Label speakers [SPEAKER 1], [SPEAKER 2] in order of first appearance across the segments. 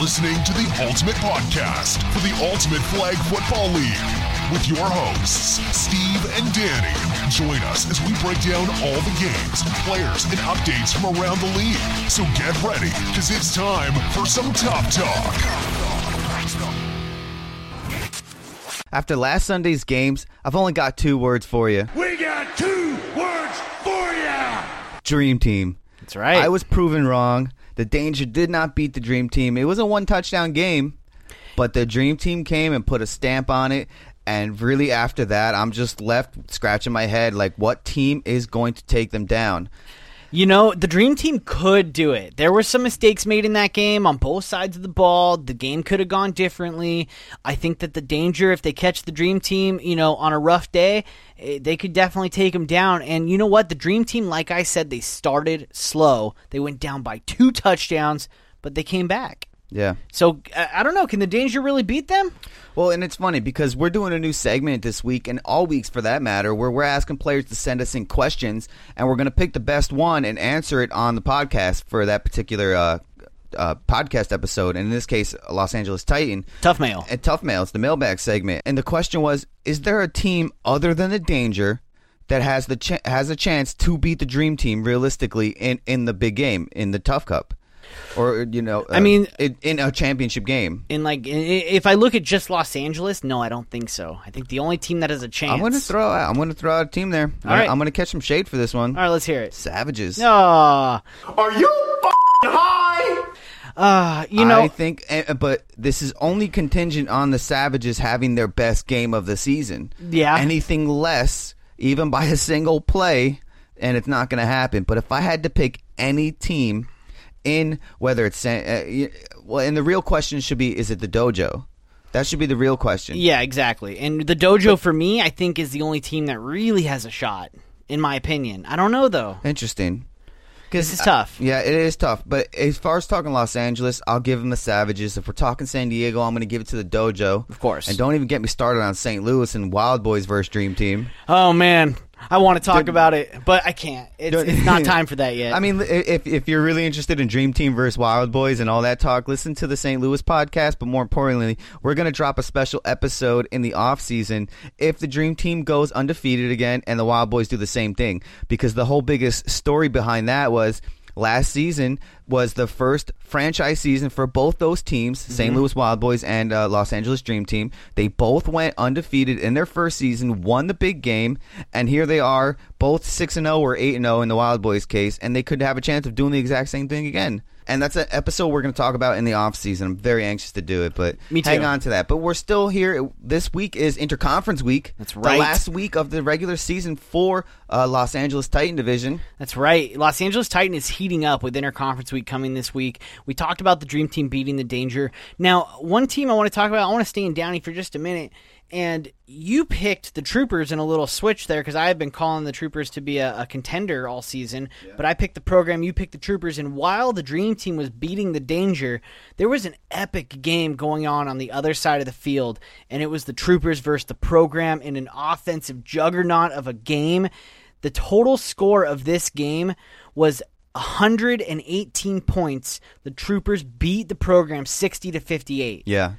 [SPEAKER 1] listening to the Ultimate Podcast for the Ultimate Flag Football League with your hosts, Steve and Danny. Join us as we break down all the games, players, and updates from around the league. So get ready, because it's time for some Top Talk.
[SPEAKER 2] After last Sunday's games, I've only got two words for you
[SPEAKER 3] We got two words for ya.
[SPEAKER 2] Dream Team.
[SPEAKER 4] That's right.
[SPEAKER 2] I was proven wrong. The Danger did not beat the Dream Team. It was a one touchdown game, but the Dream Team came and put a stamp on it. And really, after that, I'm just left scratching my head like, what team is going to take them down?
[SPEAKER 4] You know, the dream team could do it. There were some mistakes made in that game on both sides of the ball. The game could have gone differently. I think that the danger, if they catch the dream team, you know, on a rough day, eh, they could definitely take them down. And you know what? The dream team, like I said, they started slow. They went down by two touchdowns, but they came back.
[SPEAKER 2] Yeah.
[SPEAKER 4] So I I don't know. Can the danger really beat them?
[SPEAKER 2] Well, and it's funny because we're doing a new segment this week and all weeks for that matter where we're asking players to send us in questions and we're going to pick the best one and answer it on the podcast for that particular uh, uh, podcast episode. And in this case, Los Angeles Titan.
[SPEAKER 4] Tough mail.
[SPEAKER 2] At Tough Mail, it's the mailbag segment. And the question was Is there a team other than the Danger? That has the ch- has a chance to beat the dream team realistically in, in the big game in the Tough Cup, or you know uh,
[SPEAKER 4] I mean-
[SPEAKER 2] in, in a championship game.
[SPEAKER 4] In like, i- i- if I look at just Los Angeles, no, I don't think so. I think the only team that has a chance.
[SPEAKER 2] I'm gonna throw out. I'm gonna throw out a team there. All
[SPEAKER 4] right.
[SPEAKER 2] I'm gonna catch some shade for this one.
[SPEAKER 4] All right, let's hear it.
[SPEAKER 2] Savages.
[SPEAKER 4] Ah,
[SPEAKER 3] Are you f***ing high?
[SPEAKER 4] ah, you know,
[SPEAKER 2] I think, eh, but this is only contingent on the Savages having their best game of the season.
[SPEAKER 4] Yeah.
[SPEAKER 2] Anything less, even by a single play, and it's not gonna happen. But if I had to pick any team in whether it's San- uh, y- well, and the real question should be, is it the dojo? That should be the real question.
[SPEAKER 4] yeah, exactly. And the dojo for me, I think, is the only team that really has a shot, in my opinion. I don't know though.
[SPEAKER 2] Interesting.
[SPEAKER 4] This is tough.
[SPEAKER 2] Yeah, it is tough. But as far as talking Los Angeles, I'll give them the Savages. If we're talking San Diego, I'm going to give it to the Dojo. Of
[SPEAKER 4] course.
[SPEAKER 2] And don't even get me started on St. Louis and Wild Boys versus Dream Team.
[SPEAKER 4] Oh man, I want to talk about it, but I can't. It's,
[SPEAKER 2] Don't-
[SPEAKER 4] it's not time for that yet.
[SPEAKER 2] I mean, i- if, if you're really interested in Dream Team versus Wild Boys and all that talk, listen to the St. Louis podcast. But more importantly, we're going to drop a special episode in the off season if the Dream Team goes undefeated again and the Wild Boys do the same thing. Because the whole biggest story behind that was last season was the first franchise season for both those teams,
[SPEAKER 4] Mm-hmm.
[SPEAKER 2] St. Louis Wild Boys and uh, Los Angeles Dream Team. They both went undefeated in their first season, won the big game, and here they are, both 6 and 0 or 8 and 0 in the Wild Boys case, and they could have a chance of doing the exact same thing again. And that's an episode we're going to talk about in the offseason. I'm very anxious to do it, but
[SPEAKER 4] Me too.
[SPEAKER 2] hang on to that. But we're still here. This week is interconference week.
[SPEAKER 4] That's
[SPEAKER 2] The
[SPEAKER 4] right.
[SPEAKER 2] last week of the regular season for uh, Los Angeles Titan division.
[SPEAKER 4] That's right. Los Angeles Titan is heating up with interconference week coming this week. We talked about the dream team beating the danger. Now, one team I want to talk about, I want to stay in Downey for just a minute. And you picked the Troopers in a little switch there because I have been calling the Troopers to be a, a contender all season. But I picked the program, you picked the Troopers. And while the Dream Team was beating the Danger, there was an epic game going on on the other side of the field. And it was the Troopers versus the program in an offensive juggernaut of a game. The total score of this game was 118 points. The Troopers beat the program 60 to 58.
[SPEAKER 2] Yeah.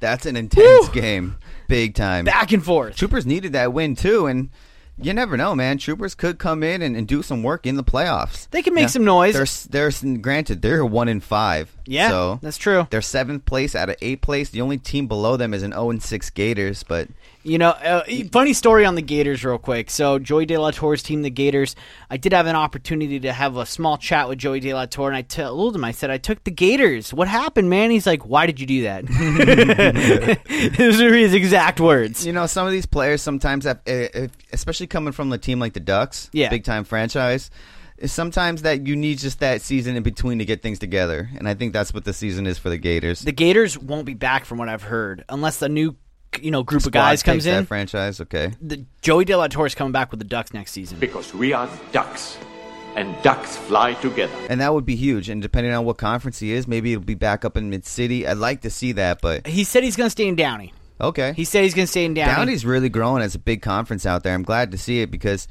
[SPEAKER 2] That's an intense game. Big time.
[SPEAKER 4] Back and forth.
[SPEAKER 2] Troopers needed that win too, and you never know, man. Troopers could come in and, and do some work in the playoffs.
[SPEAKER 4] They can make some noise.
[SPEAKER 2] They're, s- they're s- granted they're one in five.
[SPEAKER 4] Yeah,
[SPEAKER 2] so
[SPEAKER 4] that's true.
[SPEAKER 2] They're seventh place out of eighth place. The only team below them is an zero and six Gators, but
[SPEAKER 4] You know, uh, funny story on the Gators, real quick. So, Joey De La Torre's team, the Gators. I did have an opportunity to have a small chat with Joey De La Torre, and I told him, I said, I took the Gators. What happened, man? He's like, Why did you do that? Those are his exact words.
[SPEAKER 2] you know some of these players sometimes have, eh, eh, especially coming from a team like the Ducks,
[SPEAKER 4] Yeah.
[SPEAKER 2] big time franchise. eh, Sometimes that you need just that season in between to get things together, and I think that's what the season is for the Gators.
[SPEAKER 4] The Gators won't be back, from what I've heard, unless a new, you know, group of
[SPEAKER 2] Squad
[SPEAKER 4] guys comes
[SPEAKER 2] takes that
[SPEAKER 4] in.
[SPEAKER 2] franchise, okay.
[SPEAKER 4] The, Joey De La Torre's coming back with the Ducks next season.
[SPEAKER 5] Because we are ducks, and ducks fly together.
[SPEAKER 2] And that would be huge. And depending on what conference he is, maybe it'll be back up in mid city. I'd like to see that, but
[SPEAKER 4] He said he's going to stay in Downey.
[SPEAKER 2] okay.
[SPEAKER 4] He said he's going to stay in Downey.
[SPEAKER 2] Downey's really growing as a big conference out there. I'm glad to see it because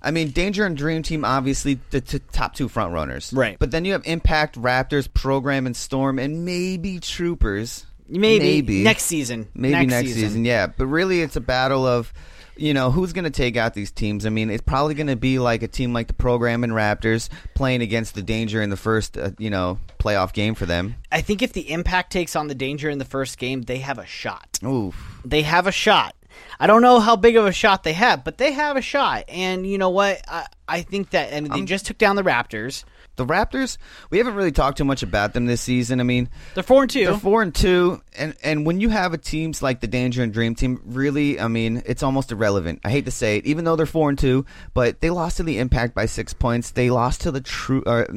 [SPEAKER 2] I mean, Danger and Dream Team, obviously the t- top two front runners,
[SPEAKER 4] Right.
[SPEAKER 2] But then you have Impact, Raptors, Program, and Storm, and maybe Troopers.
[SPEAKER 4] Maybe, next season.
[SPEAKER 2] Maybe next, season. yeah. But really, it's a battle of, you know, who's going to take out these teams. I mean, it's probably going to be like a team like the Program and Raptors playing against the Danger in the first, uh, you know, playoff game for them.
[SPEAKER 4] I think if the Impact takes on the Danger in the first game, they have a shot.
[SPEAKER 2] Ooh,
[SPEAKER 4] They have a shot. I don't know how big of a shot they have, but they have a shot. And you know what? I, I think that I mean, they just took down the Raptors.
[SPEAKER 2] the Raptors. We haven't really talked too much about them this season. I mean,
[SPEAKER 4] They're four and 2
[SPEAKER 2] They're four and two, and and when you have a teams like the Danger and Dream Team, really, I mean, it's almost irrelevant. I hate to say it, even though they're four and two, but they lost to the Impact by six points. They lost to the true, or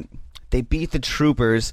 [SPEAKER 2] they beat the Troopers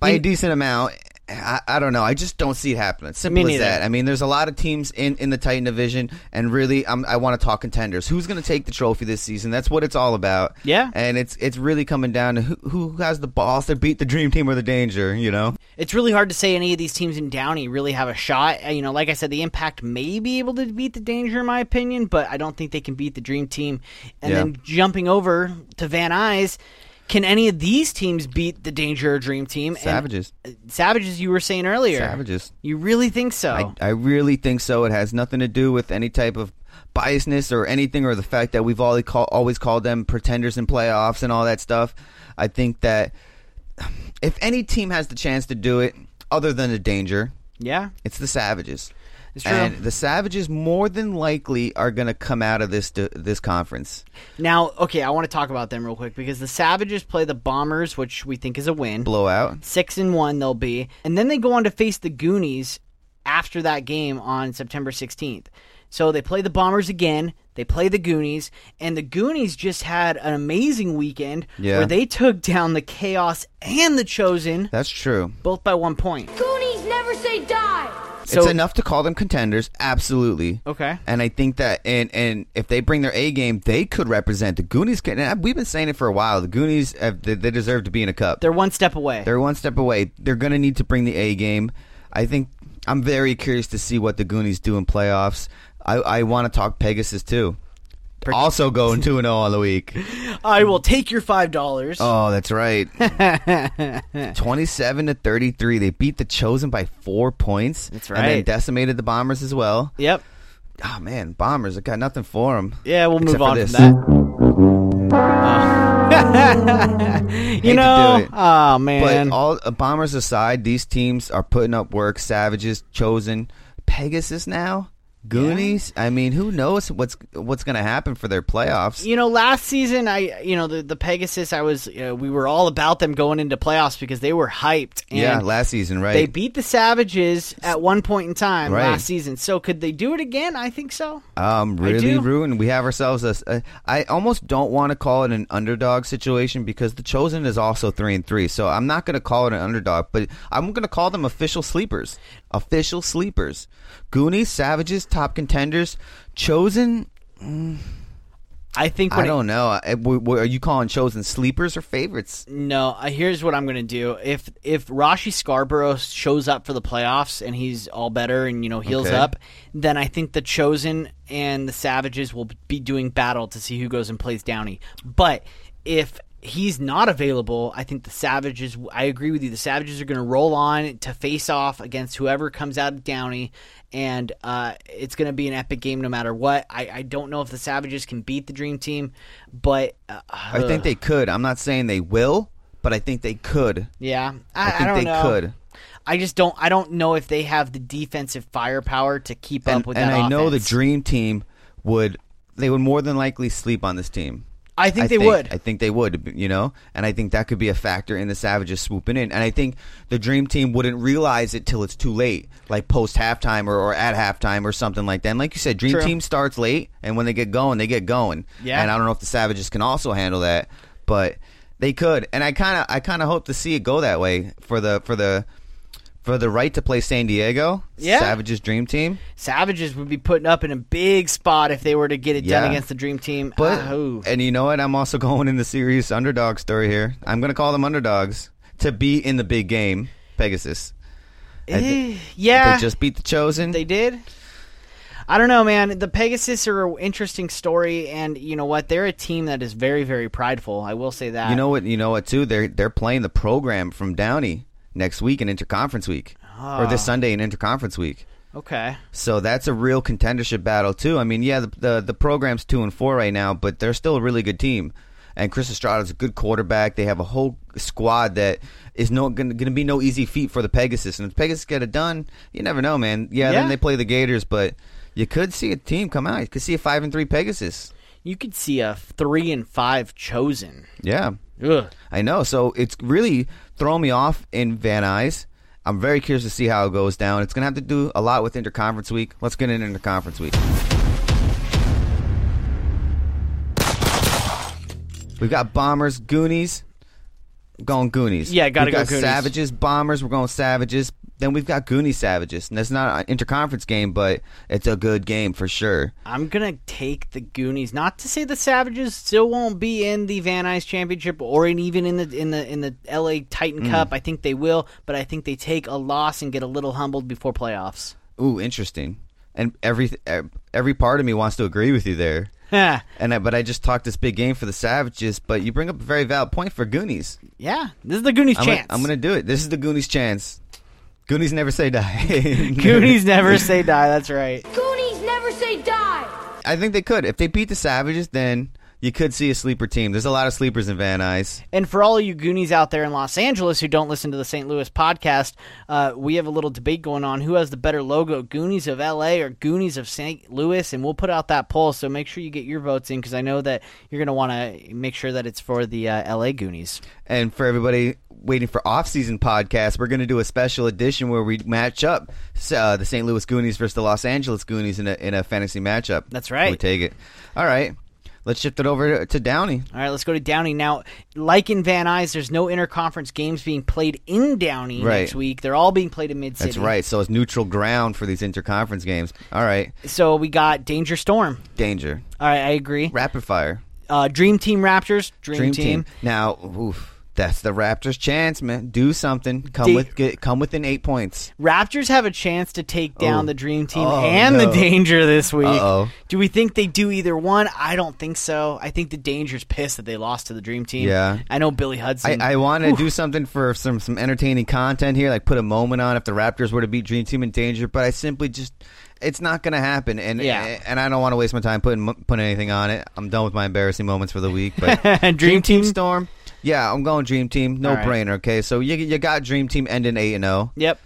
[SPEAKER 2] by a
[SPEAKER 4] You-
[SPEAKER 2] decent amount. I, I don't know. I just don't see it happening. Simple as
[SPEAKER 4] neither.
[SPEAKER 2] that. I mean, there's a lot of teams in, in the Titan division, and really, I'm, I want to talk contenders. Who's going to take the trophy this season? That's what it's all about.
[SPEAKER 4] Yeah.
[SPEAKER 2] and it's it's really coming down to who, who has the balls to beat the Dream Team or the Danger. You know.
[SPEAKER 4] It's really hard to say any of these teams in Downey really have a shot. Uh, You know, like I said, the Impact may be able to beat the Danger, in my opinion, but I don't think they can beat the Dream Team. And
[SPEAKER 2] Yeah.
[SPEAKER 4] then jumping over to Van Nuys, can any of these teams beat the Danger or Dream Team? And-
[SPEAKER 2] Savages.
[SPEAKER 4] uh, Savages, you were saying earlier.
[SPEAKER 2] Savages.
[SPEAKER 4] You really think so?
[SPEAKER 2] I, I really think so. It has nothing to do with any type of biasness or anything or the fact that we've always, call, always called them pretenders in playoffs and all that stuff. I think that if any team has the chance to do it other than the danger,
[SPEAKER 4] yeah.
[SPEAKER 2] it's the Savages.
[SPEAKER 4] It's true.
[SPEAKER 2] And the Savages more than likely are going to come out of this this conference
[SPEAKER 4] Now, okay, I want to talk about them real quick because the Savages play the Bombers, which we think is a win.
[SPEAKER 2] blowout.
[SPEAKER 4] Six and one they'll be, and then they go on to face the Goonies after that game on September sixteenth. So they play the Bombers again. They play the Goonies, and the Goonies just had an amazing weekend
[SPEAKER 2] Yeah.
[SPEAKER 4] where they took down the Chaos and the Chosen
[SPEAKER 2] That's true.
[SPEAKER 4] both by one point.
[SPEAKER 6] Goonies never say die.
[SPEAKER 4] So
[SPEAKER 2] it's enough to call them contenders, absolutely.
[SPEAKER 4] Okay.
[SPEAKER 2] And I think that, and and if they bring their A game, they could represent the Goonies. Can, and we've been saying it for a while. The Goonies, have, they, they deserve to be in a cup.
[SPEAKER 4] they're one step away.
[SPEAKER 2] They're one step away. They're going to need to bring the A game. I think I'm very curious to see what the Goonies do in playoffs. I, I want to talk Pegasus too. Also going two and zero on the week.
[SPEAKER 4] I will take your five dollars.
[SPEAKER 2] Oh, that's right. Twenty-seven to thirty-three. They beat the Chosen by four points. That's And then
[SPEAKER 4] right.
[SPEAKER 2] decimated the Bombers as well.
[SPEAKER 4] Yep.
[SPEAKER 2] Oh man, Bombers! I got nothing for them.
[SPEAKER 4] Yeah, we'll move
[SPEAKER 2] Except for
[SPEAKER 4] on from
[SPEAKER 2] this.
[SPEAKER 4] that. Uh,
[SPEAKER 2] to
[SPEAKER 4] you
[SPEAKER 2] do
[SPEAKER 4] know,
[SPEAKER 2] it.
[SPEAKER 4] oh
[SPEAKER 2] But
[SPEAKER 4] man,
[SPEAKER 2] all uh, Bombers aside, these teams are putting up work. Savages, Chosen, Pegasus now, Goonies. I mean, who knows what's what's going to happen for their playoffs?
[SPEAKER 4] you know, last season I, you know, the the Pegasus, I was, you know, we were all about them going into playoffs because they were hyped. And
[SPEAKER 2] yeah, last season, right?
[SPEAKER 4] They beat the Savages at one point in time
[SPEAKER 2] Right.
[SPEAKER 4] last season. So could they do it again? I think so.
[SPEAKER 2] um, really
[SPEAKER 4] do.
[SPEAKER 2] ruined. We have ourselves a. a I almost don't want to call it an underdog situation because the Chosen is also three and three. So I'm not going to call it an underdog, but I'm going to call them official sleepers. Official sleepers. Goonies, Savages, top contenders. Chosen
[SPEAKER 4] I think. When
[SPEAKER 2] I don't know. I- w- w- Are you calling chosen sleepers or favorites?
[SPEAKER 4] It, no. uh, Here's what I'm gonna do. If if Rashi Scarborough shows up for the playoffs and he's all better and you know heals
[SPEAKER 2] Okay.
[SPEAKER 4] up, then I think the Chosen and the Savages will be doing battle to see who goes and plays Downey. But if he's not available, I think the Savages. I agree with you. The Savages are going to roll on to face off against whoever comes out of Downey, and uh, it's going to be an epic game no matter what. I, I don't know if the Savages can beat the Dream Team, but uh,
[SPEAKER 2] I think they could. I'm not saying they will, but I think they could.
[SPEAKER 4] yeah,
[SPEAKER 2] I
[SPEAKER 4] I,
[SPEAKER 2] think
[SPEAKER 4] don't
[SPEAKER 2] they
[SPEAKER 4] know.
[SPEAKER 2] could.
[SPEAKER 4] I just don't. I don't know if they have the defensive firepower to keep
[SPEAKER 2] And,
[SPEAKER 4] up with
[SPEAKER 2] and
[SPEAKER 4] that.
[SPEAKER 2] I know the
[SPEAKER 4] offense.
[SPEAKER 2] dream team would. They would more than likely sleep on this team.
[SPEAKER 4] I think they would.
[SPEAKER 2] I think they would. You know, and I think that could be a factor in the Savages swooping in. And I think the dream team wouldn't realize it till it's too late, like post halftime or, or at halftime or something like that. And like you said, dream
[SPEAKER 4] True.
[SPEAKER 2] team starts late, and when they get going, they get going.
[SPEAKER 4] Yeah.
[SPEAKER 2] And I don't know if the Savages can also handle that, but they could. And I kind of I kind of hope to see it go that way for the for the for the right to play San Diego.
[SPEAKER 4] Yeah.
[SPEAKER 2] Savages dream team.
[SPEAKER 4] Savages would be putting up in a big spot if they were to get it
[SPEAKER 2] Yeah.
[SPEAKER 4] done against the Dream Team.
[SPEAKER 2] But
[SPEAKER 4] Ah, ooh.
[SPEAKER 2] and you know what? I'm also going in the serious underdog story here. I'm going to call them underdogs to be in the big game. Pegasus. I thi-
[SPEAKER 4] Eh. yeah,
[SPEAKER 2] They just beat the chosen.
[SPEAKER 4] they did. I don't know, man. The Pegasus are an interesting story, and you know what? They're a team that is very, very prideful. I will say that.
[SPEAKER 2] You know what? You know what? Too. They're they're playing the program from Downey next week in interconference week, or
[SPEAKER 4] Ah.
[SPEAKER 2] this Sunday in interconference week.
[SPEAKER 4] okay.
[SPEAKER 2] So that's a real contendership battle too. I mean, yeah, the, the the program's two and four right now, but they're still a really good team. And Chris Estrada's a good quarterback. They have a whole squad that is no going to be no easy feat for the Pegasus. And if the Pegasus get it done, you never know, man. Yeah,
[SPEAKER 4] Yeah.
[SPEAKER 2] then they play the Gators, but you could see a team come out. You could see a five and three Pegasus.
[SPEAKER 4] You could see a three and five chosen.
[SPEAKER 2] Yeah,
[SPEAKER 4] Ugh.
[SPEAKER 2] I know. So it's really throwing me off in Van Nuys. I'm very curious to see how it goes down. It's going to have to do a lot with interconference week. Let's get into interconference week. We've got Bombers, Goonies. Going Goonies.
[SPEAKER 4] Yeah, gotta
[SPEAKER 2] We've
[SPEAKER 4] go
[SPEAKER 2] got
[SPEAKER 4] Goonies.
[SPEAKER 2] Savages, Bombers. We're going Savages. Then we've got Goonies, Savages. And that's not an interconference game, but it's a good game for sure.
[SPEAKER 4] I'm gonna take the Goonies. Not to say the Savages still won't be in the Van Nuys Championship or in even in the in the in the LA Titan
[SPEAKER 2] Mm.
[SPEAKER 4] Cup. I think they will, but I think they take a loss and get a little humbled before playoffs.
[SPEAKER 2] Ooh, interesting. And every every part of me wants to agree with you there.
[SPEAKER 4] Huh.
[SPEAKER 2] And I, but I just talked this big game for the Savages, but you bring up a very valid point for Goonies.
[SPEAKER 4] yeah, this is the Goonies
[SPEAKER 2] I'm
[SPEAKER 4] chance.
[SPEAKER 2] Gonna, I'm gonna do it. This is the Goonies chance. Goonies never say die.
[SPEAKER 4] Goonies never say die. That's right.
[SPEAKER 6] Goonies never say die.
[SPEAKER 2] I think they could if they beat the Savages, then you could see a sleeper team. There's a lot of sleepers in Van Nuys.
[SPEAKER 4] And for all you Goonies out there in Los Angeles who don't listen to the St. Louis podcast, uh, we have a little debate going on. Who has the better logo, Goonies of LA or Goonies of St. Louis? And we'll put out that poll. So make sure you get your votes in because I know that you're going to want to make sure that it's for the uh, LA Goonies.
[SPEAKER 2] And for everybody waiting for off-season podcast, we're going to do a special edition where we match up uh, the St. Louis Goonies versus the Los Angeles Goonies in a, in a fantasy matchup.
[SPEAKER 4] That's right.
[SPEAKER 2] We take it. All right, let's shift it over to Downey.
[SPEAKER 4] All right, let's go to Downey now. Like in Van Nuys, there's no interconference games being played in Downey
[SPEAKER 2] Right.
[SPEAKER 4] next week. They're all being played in Mid City.
[SPEAKER 2] That's right. So it's neutral ground for these interconference games. All right.
[SPEAKER 4] So we got Danger Storm.
[SPEAKER 2] Danger.
[SPEAKER 4] All right, I agree.
[SPEAKER 2] Rapid fire.
[SPEAKER 4] Uh, Dream Team Raptors. Dream,
[SPEAKER 2] Dream
[SPEAKER 4] team.
[SPEAKER 2] team. Now, oof, that's the Raptors' chance, man. Do something. Come
[SPEAKER 4] Dude.
[SPEAKER 2] with get, come within eight points.
[SPEAKER 4] Raptors have a chance to take down the Dream Team
[SPEAKER 2] Oh,
[SPEAKER 4] and
[SPEAKER 2] no.
[SPEAKER 4] the Danger this week.
[SPEAKER 2] Uh-oh.
[SPEAKER 4] Do we think they do either one? I don't think so. I think the Danger's pissed that they lost to the Dream Team.
[SPEAKER 2] Yeah.
[SPEAKER 4] I know Billy Hudson.
[SPEAKER 2] I, I want to do something for some some entertaining content here, like put a moment on if the Raptors were to beat Dream Team in danger. But I simply just, it's not going to happen, and
[SPEAKER 4] Yeah.
[SPEAKER 2] and I don't want to waste my time putting putting anything on it. I'm done with my embarrassing moments for the week. But
[SPEAKER 4] Dream Team?
[SPEAKER 2] Storm, yeah, I'm going Dream Team, no
[SPEAKER 4] All right.
[SPEAKER 2] brainer. Okay, so you you got Dream Team ending eight and oh. zero.
[SPEAKER 4] yep.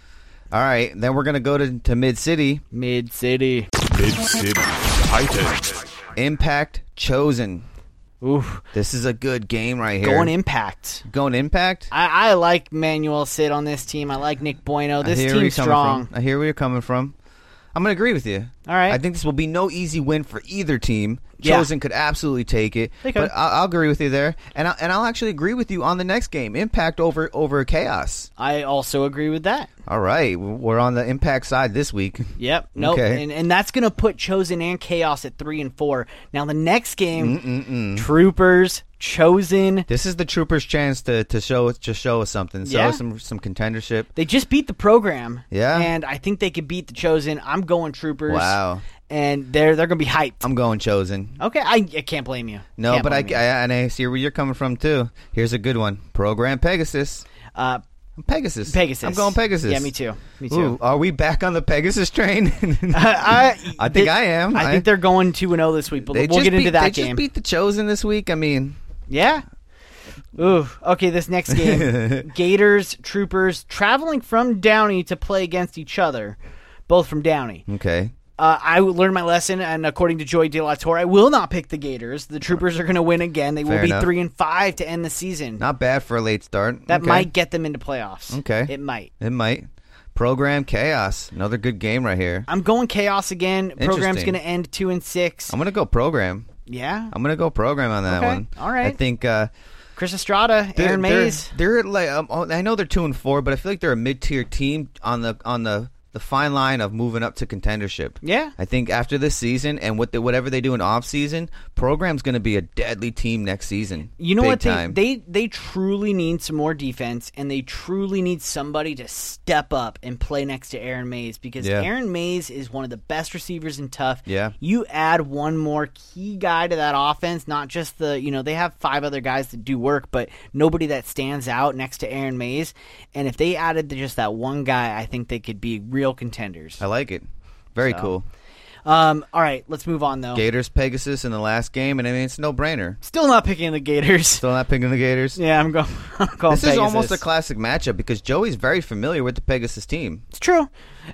[SPEAKER 2] All right, then we're gonna go to to Mid City
[SPEAKER 4] Mid City.
[SPEAKER 1] Mid City Titans.
[SPEAKER 2] Impact Chosen.
[SPEAKER 4] Oof.
[SPEAKER 2] This is a good game right here.
[SPEAKER 4] Going Impact.
[SPEAKER 2] Going Impact.
[SPEAKER 4] I, I like Manuel Sid on this team. I like Nick Bueno. This
[SPEAKER 2] I hear where you're
[SPEAKER 4] team's
[SPEAKER 2] coming
[SPEAKER 4] strong.
[SPEAKER 2] From. I hear where you're coming from. I'm gonna agree with you.
[SPEAKER 4] All right.
[SPEAKER 2] I think this will be no easy win for either team.
[SPEAKER 4] Yeah.
[SPEAKER 2] Chosen could absolutely take it,
[SPEAKER 4] They could.
[SPEAKER 2] but I'll, I'll agree with you there, and I'll, and I'll actually agree with you on the next game, Impact over over Chaos.
[SPEAKER 4] I also agree with that.
[SPEAKER 2] All right, we're on the Impact side this week.
[SPEAKER 4] Yep. Nope.
[SPEAKER 2] Okay.
[SPEAKER 4] And, and that's going to put Chosen and Chaos at three and four. Now, the next game Troopers, Chosen.
[SPEAKER 2] This is the Troopers' chance to, to show to show us something. So
[SPEAKER 4] Yeah.
[SPEAKER 2] some some contendership.
[SPEAKER 4] They just beat the program.
[SPEAKER 2] Yeah.
[SPEAKER 4] And I think they could beat the Chosen. I'm going Troopers.
[SPEAKER 2] Wow.
[SPEAKER 4] And they're they're going to be hyped.
[SPEAKER 2] I'm going Chosen.
[SPEAKER 4] okay, I, I can't blame you.
[SPEAKER 2] No,
[SPEAKER 4] Can't
[SPEAKER 2] but I,
[SPEAKER 4] blame
[SPEAKER 2] I and I see where you're coming from too. Here's a good one. Program Pegasus.
[SPEAKER 4] you. uh,
[SPEAKER 2] Pegasus.
[SPEAKER 4] Pegasus.
[SPEAKER 2] I'm going Pegasus.
[SPEAKER 4] Yeah, me too. Me too.
[SPEAKER 2] Ooh, are we back on the Pegasus train?
[SPEAKER 4] I,
[SPEAKER 2] I think I am.
[SPEAKER 4] I, think they're going 2 and 0 this week, but
[SPEAKER 2] they
[SPEAKER 4] we'll
[SPEAKER 2] just
[SPEAKER 4] get into
[SPEAKER 2] beat,
[SPEAKER 4] that
[SPEAKER 2] they
[SPEAKER 4] game.
[SPEAKER 2] Just beat the Chosen this week. I mean,
[SPEAKER 4] Yeah. Ooh. Okay, this next game. Gators, Troopers, traveling from Downey to play against each other, both from Downey.
[SPEAKER 2] okay.
[SPEAKER 4] Uh, I learned my lesson, and according to Joey De La Torre, I will not pick the Gators. The Troopers are going to win again. They
[SPEAKER 2] Fair
[SPEAKER 4] will be
[SPEAKER 2] enough.
[SPEAKER 4] three and five to end the season.
[SPEAKER 2] Not bad for a late start.
[SPEAKER 4] that
[SPEAKER 2] Okay.
[SPEAKER 4] might get them into playoffs.
[SPEAKER 2] Okay.
[SPEAKER 4] It might.
[SPEAKER 2] It might. Program Chaos. Another good game right here.
[SPEAKER 4] I'm going chaos again. Program's
[SPEAKER 2] Interesting.
[SPEAKER 4] going to end two and six.
[SPEAKER 2] I'm going to go program.
[SPEAKER 4] yeah.
[SPEAKER 2] I'm going to go program on that
[SPEAKER 4] Okay.
[SPEAKER 2] one.
[SPEAKER 4] All right.
[SPEAKER 2] I think uh,
[SPEAKER 4] Chris Estrada,
[SPEAKER 2] they're,
[SPEAKER 4] Aaron Mays.
[SPEAKER 2] They're, they're like um, oh, I know they're two and four, but I feel like they're a mid tier team on the on the the fine line of moving up to contendership.
[SPEAKER 4] Yeah.
[SPEAKER 2] I think after this season and what the, whatever they do in off season, program's going to be a deadly team next season.
[SPEAKER 4] You know
[SPEAKER 2] Big
[SPEAKER 4] what? They,
[SPEAKER 2] time.
[SPEAKER 4] they they truly need some more defense, and they truly need somebody to step up and play next to Aaron Mays because
[SPEAKER 2] Yeah.
[SPEAKER 4] Aaron Mays is one of the best receivers in tough.
[SPEAKER 2] Yeah.
[SPEAKER 4] you add one more key guy to that offense, not just the you know they have five other guys that do work, but nobody that stands out next to Aaron Mays. And if they added just that one guy, I think they could be real contenders.
[SPEAKER 2] I like it. Very cool.
[SPEAKER 4] Um, all right, let's move on though.
[SPEAKER 2] Gators Pegasus in the last game, and I mean it's no brainer.
[SPEAKER 4] Still not picking the Gators.
[SPEAKER 2] Still not picking the Gators.
[SPEAKER 4] Yeah, I'm going. I'm going
[SPEAKER 2] This is almost a
[SPEAKER 4] Pegasus.
[SPEAKER 2] classic matchup because Joey's very familiar with the Pegasus team.
[SPEAKER 4] It's true.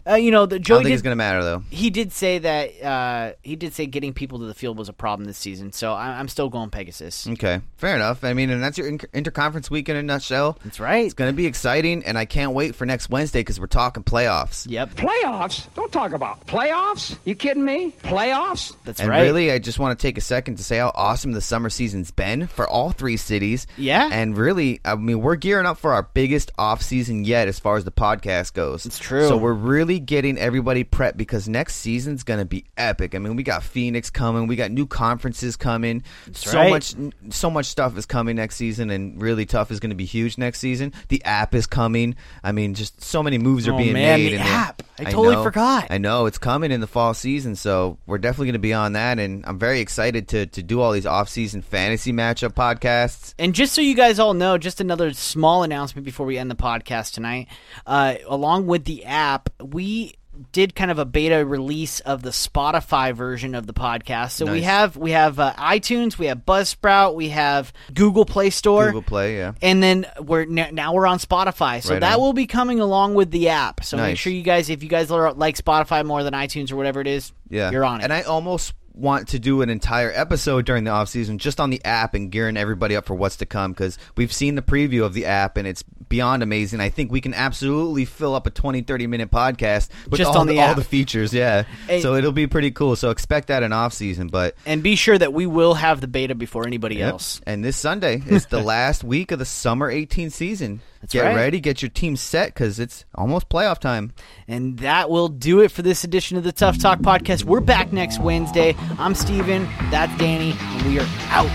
[SPEAKER 4] Uh, you know, the
[SPEAKER 2] I
[SPEAKER 4] Joey
[SPEAKER 2] don't think
[SPEAKER 4] did,
[SPEAKER 2] it's going to matter though.
[SPEAKER 4] he did say that uh, he did say getting people to the field was a problem this season. So I, I'm still going Pegasus.
[SPEAKER 2] Okay, fair enough. I mean, and that's your inter- interconference week in a nutshell.
[SPEAKER 4] That's right.
[SPEAKER 2] It's going to be exciting, and I can't wait for next Wednesday because we're talking playoffs.
[SPEAKER 4] Yep,
[SPEAKER 7] Playoffs? Don't talk about playoffs. You kidding me? Playoffs?
[SPEAKER 4] that's
[SPEAKER 2] And
[SPEAKER 4] right.
[SPEAKER 2] really, I just want to take a second to say how awesome the summer season's been for all three cities.
[SPEAKER 4] Yeah.
[SPEAKER 2] And really, I mean, we're gearing up for our biggest off season yet as far as the podcast goes. It's
[SPEAKER 4] true.
[SPEAKER 2] So we're really getting everybody prepped because next season's going to be epic. I mean, we got Phoenix coming, we got new conferences coming. so
[SPEAKER 4] right.
[SPEAKER 2] much so much stuff is coming next season and really tough is going to be huge next season. The app is coming. I mean, just so many moves are
[SPEAKER 4] Oh,
[SPEAKER 2] being
[SPEAKER 4] man,
[SPEAKER 2] made
[SPEAKER 4] the
[SPEAKER 2] in
[SPEAKER 4] app. I totally
[SPEAKER 2] know.
[SPEAKER 4] forgot.
[SPEAKER 2] I know it's coming in the fall season, so we're definitely going to be on that. And I'm very excited to to do all these off season fantasy matchup podcasts.
[SPEAKER 4] And just so you guys all know, just another small announcement before we end the podcast tonight. Uh, along with the app, we did kind of a beta release of the Spotify version of the podcast. So we
[SPEAKER 2] Nice.
[SPEAKER 4] have we have uh, iTunes, we have Buzzsprout, we have Google Play Store,
[SPEAKER 2] Google Play, yeah.
[SPEAKER 4] and then we're n- now we're on Spotify. So
[SPEAKER 2] Right
[SPEAKER 4] that
[SPEAKER 2] on.
[SPEAKER 4] will be coming along with the app. So make
[SPEAKER 2] Nice.
[SPEAKER 4] sure you guys, if you guys are- like Spotify more than iTunes or whatever it is,
[SPEAKER 2] Yeah,
[SPEAKER 4] you're on it.
[SPEAKER 2] And I almost want to do an entire episode during the off season just on the app and gearing everybody up for what's to come because we've seen the preview of the app and it's beyond amazing. I think we can absolutely fill up a 20, 30 minute podcast with
[SPEAKER 4] Just
[SPEAKER 2] all,
[SPEAKER 4] on the
[SPEAKER 2] all
[SPEAKER 4] app.
[SPEAKER 2] the features. Yeah,
[SPEAKER 4] Hey.
[SPEAKER 2] so it'll be pretty cool. So expect that in off season, but.
[SPEAKER 4] and be sure that we will have the beta before anybody
[SPEAKER 2] Yep.
[SPEAKER 4] else.
[SPEAKER 2] And this Sunday is the last week of the summer 18 season. get
[SPEAKER 4] right.
[SPEAKER 2] ready, get your team set because it's almost playoff time.
[SPEAKER 4] And that will do it for this edition of the Tough Talk Podcast. We're back next Wednesday. I'm Steven, that's Danny, and we are out.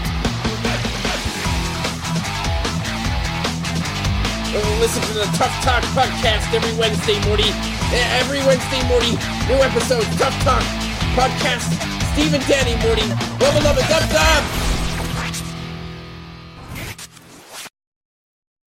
[SPEAKER 8] Listen to the Tough Talk podcast every Wednesday, Morty. Eh, Every Wednesday, Morty. New episode, Tough Talk podcast. Steve and Danny, Morty. Level up and up, up.